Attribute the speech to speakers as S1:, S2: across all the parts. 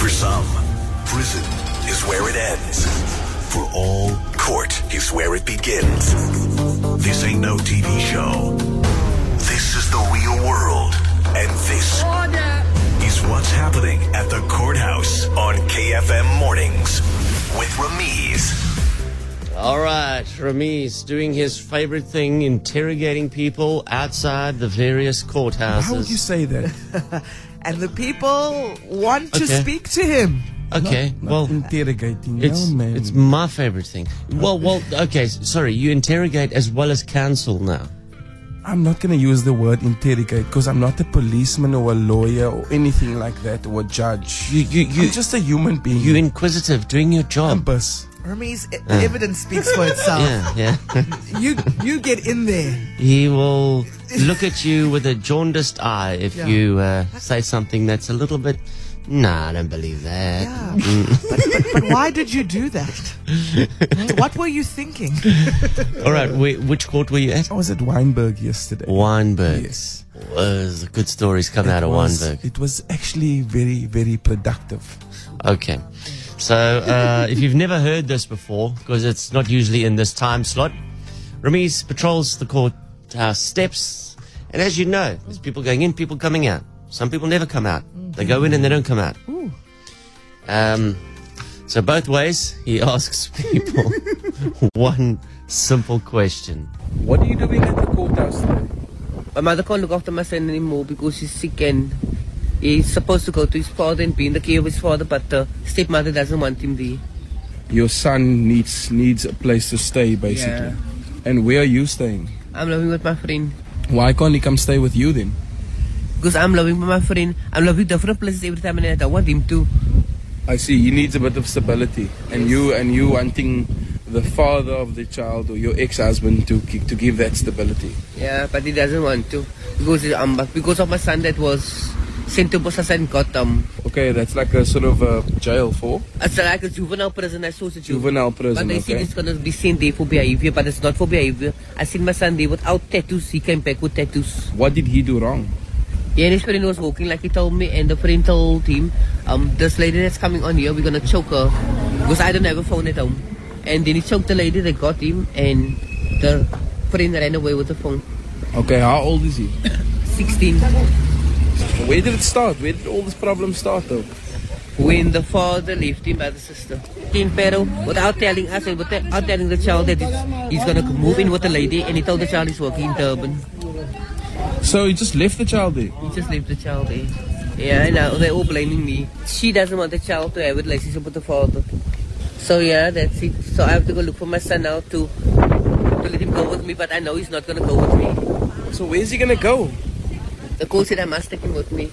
S1: For some, prison is where it ends. For all, court is where it begins. This ain't no TV show. This is the real world. And this is what's happening at the courthouse on KFM Mornings with Ramiz.
S2: All right, Ramiz doing his favorite thing, interrogating people outside the various courthouses.
S3: How would you say that?
S4: and the people want to
S2: Okay.
S4: speak to him.
S2: okay, well,
S3: interrogating.
S2: it's
S3: no, man.
S2: it's my favorite thing. Well, well, okay, s- sorry, you interrogate as well as counsel now.
S3: I'm not gonna use the word interrogate because I'm not a policeman or a lawyer or anything like that or a judge.
S2: You you you
S3: I'm just a human being.
S2: you inquisitive, doing your job.
S3: Compass.
S4: Hermes, e- evidence speaks for itself.
S2: Yeah, yeah.
S4: You you get in there.
S2: he will look at you with a jaundiced eye if
S4: Yeah.
S2: you uh, say something that's a little bit. Nah, I don't believe that.
S4: Yeah.
S2: mm.
S4: but, but, but why did you do that? what were you thinking?
S2: All right, wh- which court were you at?
S3: I was at Weinberg yesterday.
S2: Weinberg.
S3: Yes.
S2: Uh, the good stories come out
S3: It
S2: of
S3: was-
S2: Weinberg.
S3: It was actually very, very productive.
S2: Okay. So, uh, if you've never heard this before, because it's not usually in this time slot, Ramiz patrols the courthouse steps. And as you know, there's people going in, people coming out. Some people never come out. They go in and they don't come out. Um, so, both ways, he asks people one simple question.
S5: What are you doing at the courthouse today?
S6: My mother can't look after my son anymore because he's sick and he's supposed to go to his father and be in the care of his father, but the stepmother doesn't want him there.
S3: Your son needs needs a place to stay, basically. And where are you staying?
S6: I'm living with my friend.
S3: Why can't he come stay with you then?
S6: Because I'm living with my friend. I'm living different places every time and I don't want him to.
S3: I see. He needs a bit of stability, and you and you wanting the father of the child or your ex-husband to gi- to give that stability.
S6: Yeah, but he doesn't want to. Because he- um, because of my son that was sent to Bosasa and Gotham.
S3: Okay, that's like a sort of a jail for
S6: It's like a juvenile prison. I saw the
S3: juvenile prison.
S6: But they said
S3: okay.
S6: it's gonna be sent there for behavior, but it's not for behavior. I seen my son there without tattoos. He came back with tattoos.
S3: What did he do wrong?
S6: Yeah, and his friend was walking like he told me, and the friend told him, um, this lady that's coming on here, we're gonna choke her because I don't have a phone at home. And then he choked the lady, they got him, and the friend ran away with the phone.
S3: Okay, how old is he?
S6: 16.
S3: Where did it start? Where did all this problem start, though?
S6: When the father left him by the sister. In Peru, without telling us and without telling the child that he's, he's gonna move in with the lady, and he told the child he's working in Durban.
S3: So he just left the child there.
S6: He just left the child there. Yeah, I know. They're all blaming me. She doesn't want the child to have a relationship with the father. So yeah, that's it. So I have to go look for my son now to to let him go with me. But I know he's not gonna go with me.
S3: So where's he gonna go?
S6: The coach said I must take him with me.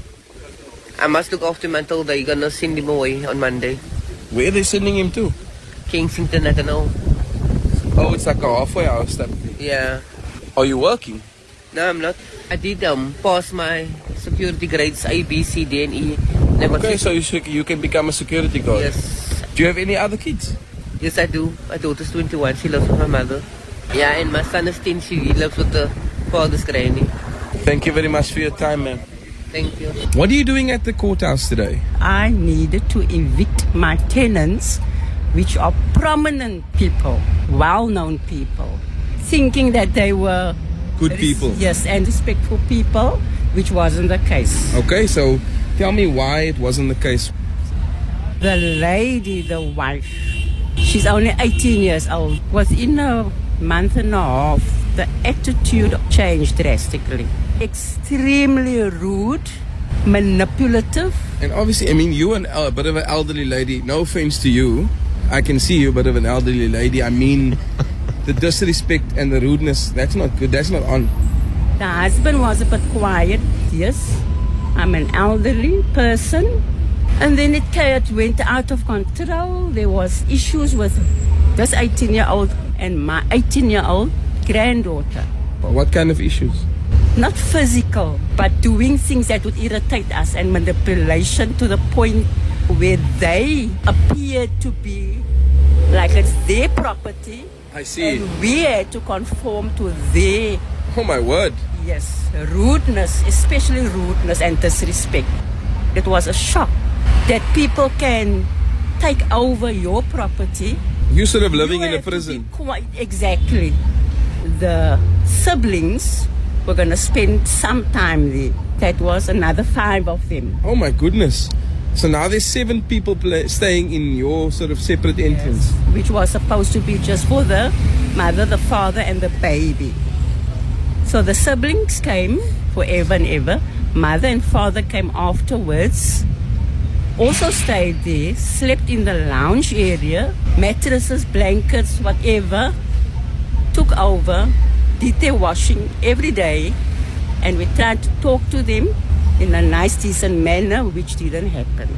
S6: I must look after him until they're gonna send him away on Monday.
S3: Where are they sending him to?
S6: Kensington, I don't know.
S3: Oh, it's like a halfway house type thing.
S6: Yeah.
S3: Are you working?
S6: No, I'm not. I did um pass my security grades A, B, C, D, and E. And I got
S3: Okay,
S6: six-
S3: so you should, you can become a security guard.
S6: yes.
S3: Do you have any other kids?
S6: Yes, I do. My daughter's 21. She lives with my mother. Yeah, and my son is 10. She lives with the father's granny.
S3: Thank you very much for your time, ma'am.
S6: Thank you.
S3: What are you doing at the courthouse today?
S7: I needed to evict my tenants, which are prominent people, well known people, thinking that they were
S3: Good people.
S7: Yes, and respectful people, which wasn't the case.
S3: Okay, so tell me why it wasn't the case.
S7: The lady, the wife, she's only 18 years old, within a month and a half, the attitude changed drastically. Extremely rude, manipulative.
S3: And obviously, I mean, you and a bit of an elderly lady. No offense to you, I can see you a bit of an elderly lady. I mean, the disrespect and the rudeness. That's not good. That's not on.
S7: The husband was a bit quiet. Yes, I'm an elderly person. And then it ca- it went out of control. There was issues with this 18-year-old and my 18-year-old granddaughter.
S3: What kind of issues?
S7: Not physical, but doing things that would irritate us and manipulation to the point where they appear to be like it's their property
S3: I
S7: and we had to conform to their
S3: Oh my word.
S7: Yes, rudeness, especially rudeness and disrespect. It was a shock. that people can take over your property.
S3: You sort of living
S7: You
S3: in a
S7: have to be
S3: prison.
S7: Quite exactly. The siblings were going to spend some time there. That was another five of them.
S3: Oh my goodness. So now there's seven people pla staying in your sort of separate entrance.
S7: which was supposed to be just for the mother, the father, and the baby. So the siblings came forever and ever. Mother and father came afterwards. Also stayed there, slept in the lounge area, mattresses, blankets, whatever. Took over, did their washing every day, and we tried to talk to them in a nice, decent manner, which didn't happen.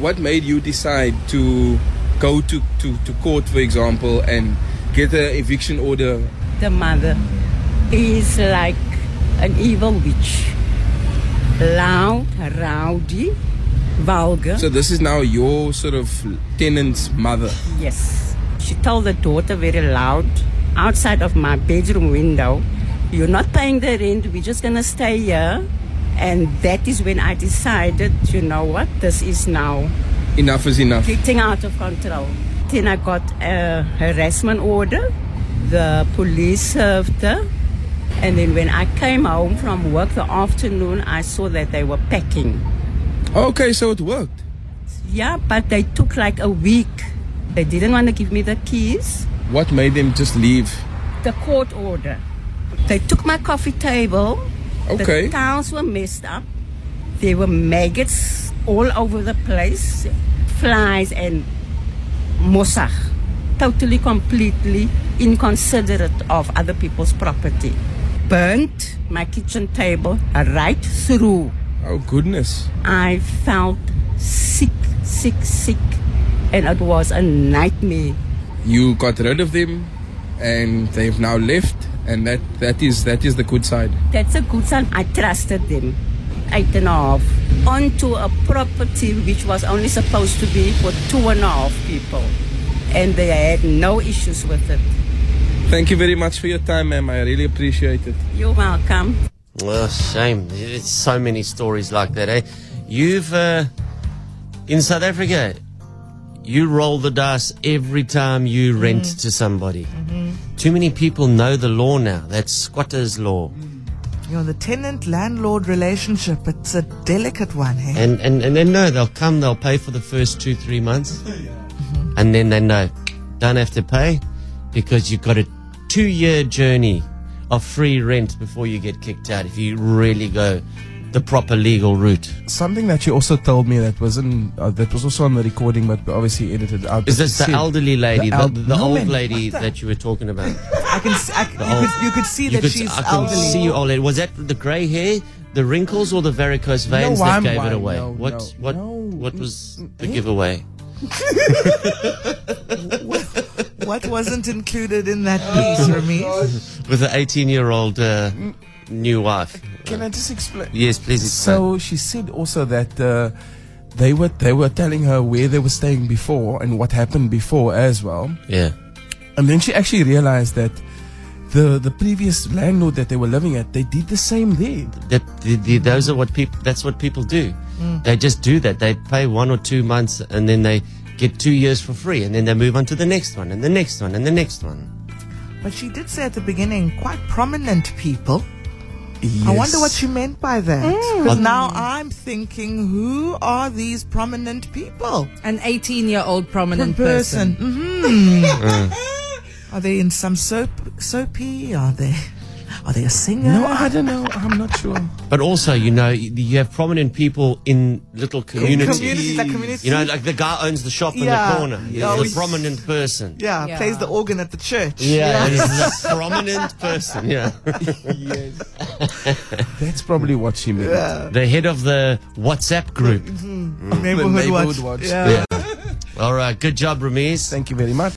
S3: What made you decide to go to, to, to court, for example, and get an eviction order?
S7: the mother is like an evil witch. Loud, rowdy, vulgar.
S3: So this is now your sort of tenant's mother.
S7: yes. She told the daughter very loud outside of my bedroom window, You're not paying the rent, we're just gonna stay here. And that is when I decided, you know what, this is now
S3: Enough is enough.
S7: getting out of control. Then I got a harassment order. The police served her. And then when I came home from work the afternoon, I saw that they were packing.
S3: Okay, so it worked.
S7: Yeah, but they took like a week. They didn't want to give me the keys.
S3: What made them just leave?
S7: The court order. They took my coffee table.
S3: Okay.
S7: The towels were messed up. There were maggots all over the place, flies and mossach. Totally, completely inconsiderate of other people's property. Burnt my kitchen table right through.
S3: Oh goodness.
S7: I felt sick, sick, sick, and it was a nightmare.
S3: You got rid of them and they've now left and that, that is that is the good side.
S7: That's a good sign. I trusted them. Eight and a half. Onto a property which was only supposed to be for two and a half people. And they had no issues with it.
S3: Thank you very much for your time, ma'am. I really appreciate it.
S7: You're welcome.
S2: Well, shame. There's so many stories like that, eh? You've, uh, in South Africa, you roll the dice every time you rent to somebody. Too many people know the law now. That's squatter's law.
S4: You know, the tenant landlord relationship, it's a delicate one, hey?
S2: And, and, and they know they'll come, they'll pay for the first two, three months. And then they know, don't have to pay because you've got a two year journey of free rent before you get kicked out if you really go the proper legal route.
S8: Something that you also told me that wasn't uh, that was also on the recording, but obviously edited out.
S2: Is this the
S8: Said-
S2: elderly lady, the,
S8: el-
S2: the,
S8: No,
S2: old
S8: man,
S2: lady
S8: what the-
S2: that you were talking about?
S4: I can, s- I c- you, could, you could see
S2: You
S4: that
S2: could-
S4: she's
S2: I can
S4: elderly.
S2: see you old lady. Was that the grey hair, the wrinkles, or the varicose veins
S8: No,
S2: that
S8: I'm
S2: gave
S8: wine.
S2: it away?
S8: No,
S2: what
S8: no,
S2: what
S8: no.
S2: what was the giveaway?
S4: What wasn't included in that piece, Remy?
S2: With the eighteen-year-old uh, new wife.
S8: Can I just explain?
S2: Yes, please. explain.
S8: So she said also that uh, they were they were telling her where they were staying before and what happened before as well.
S2: yeah,
S8: And then she actually realized that the the previous landlord that they were living at, they did the same there.
S2: that the, the, those are what people. That's what people do.
S8: Mm.
S2: They just do that. They pay one or two months, and then they get two years for free, and then they move on to the next one, and the next one, and the next one.
S4: But she did say at the beginning, quite prominent people. I wonder what she meant by that.
S9: Mm.
S4: Because now I'm thinking, who are these prominent people?
S9: An 18 year old prominent
S4: person. Mm-hmm.
S9: person.
S4: Are they in some soap soapy? Are they are they a singer?
S8: No, I don't know. I'm not sure.
S2: But also, you know, y- you have prominent people in little communities.
S4: communities, like community.
S2: You know, like the guy owns the shop in
S4: Yeah.
S2: the corner. He's
S4: Yeah,
S2: a
S4: we-
S2: prominent person.
S4: yeah,
S9: Yeah.
S4: plays the organ at the church.
S2: Yeah, he's a prominent person. Yeah,
S8: That's probably what she meant.
S2: the head of the WhatsApp group.
S4: Neighborhood,
S8: Neighborhood
S4: watch.
S8: watch.
S4: Yeah.
S2: All right, good job, Ramiz.
S8: Thank you very much.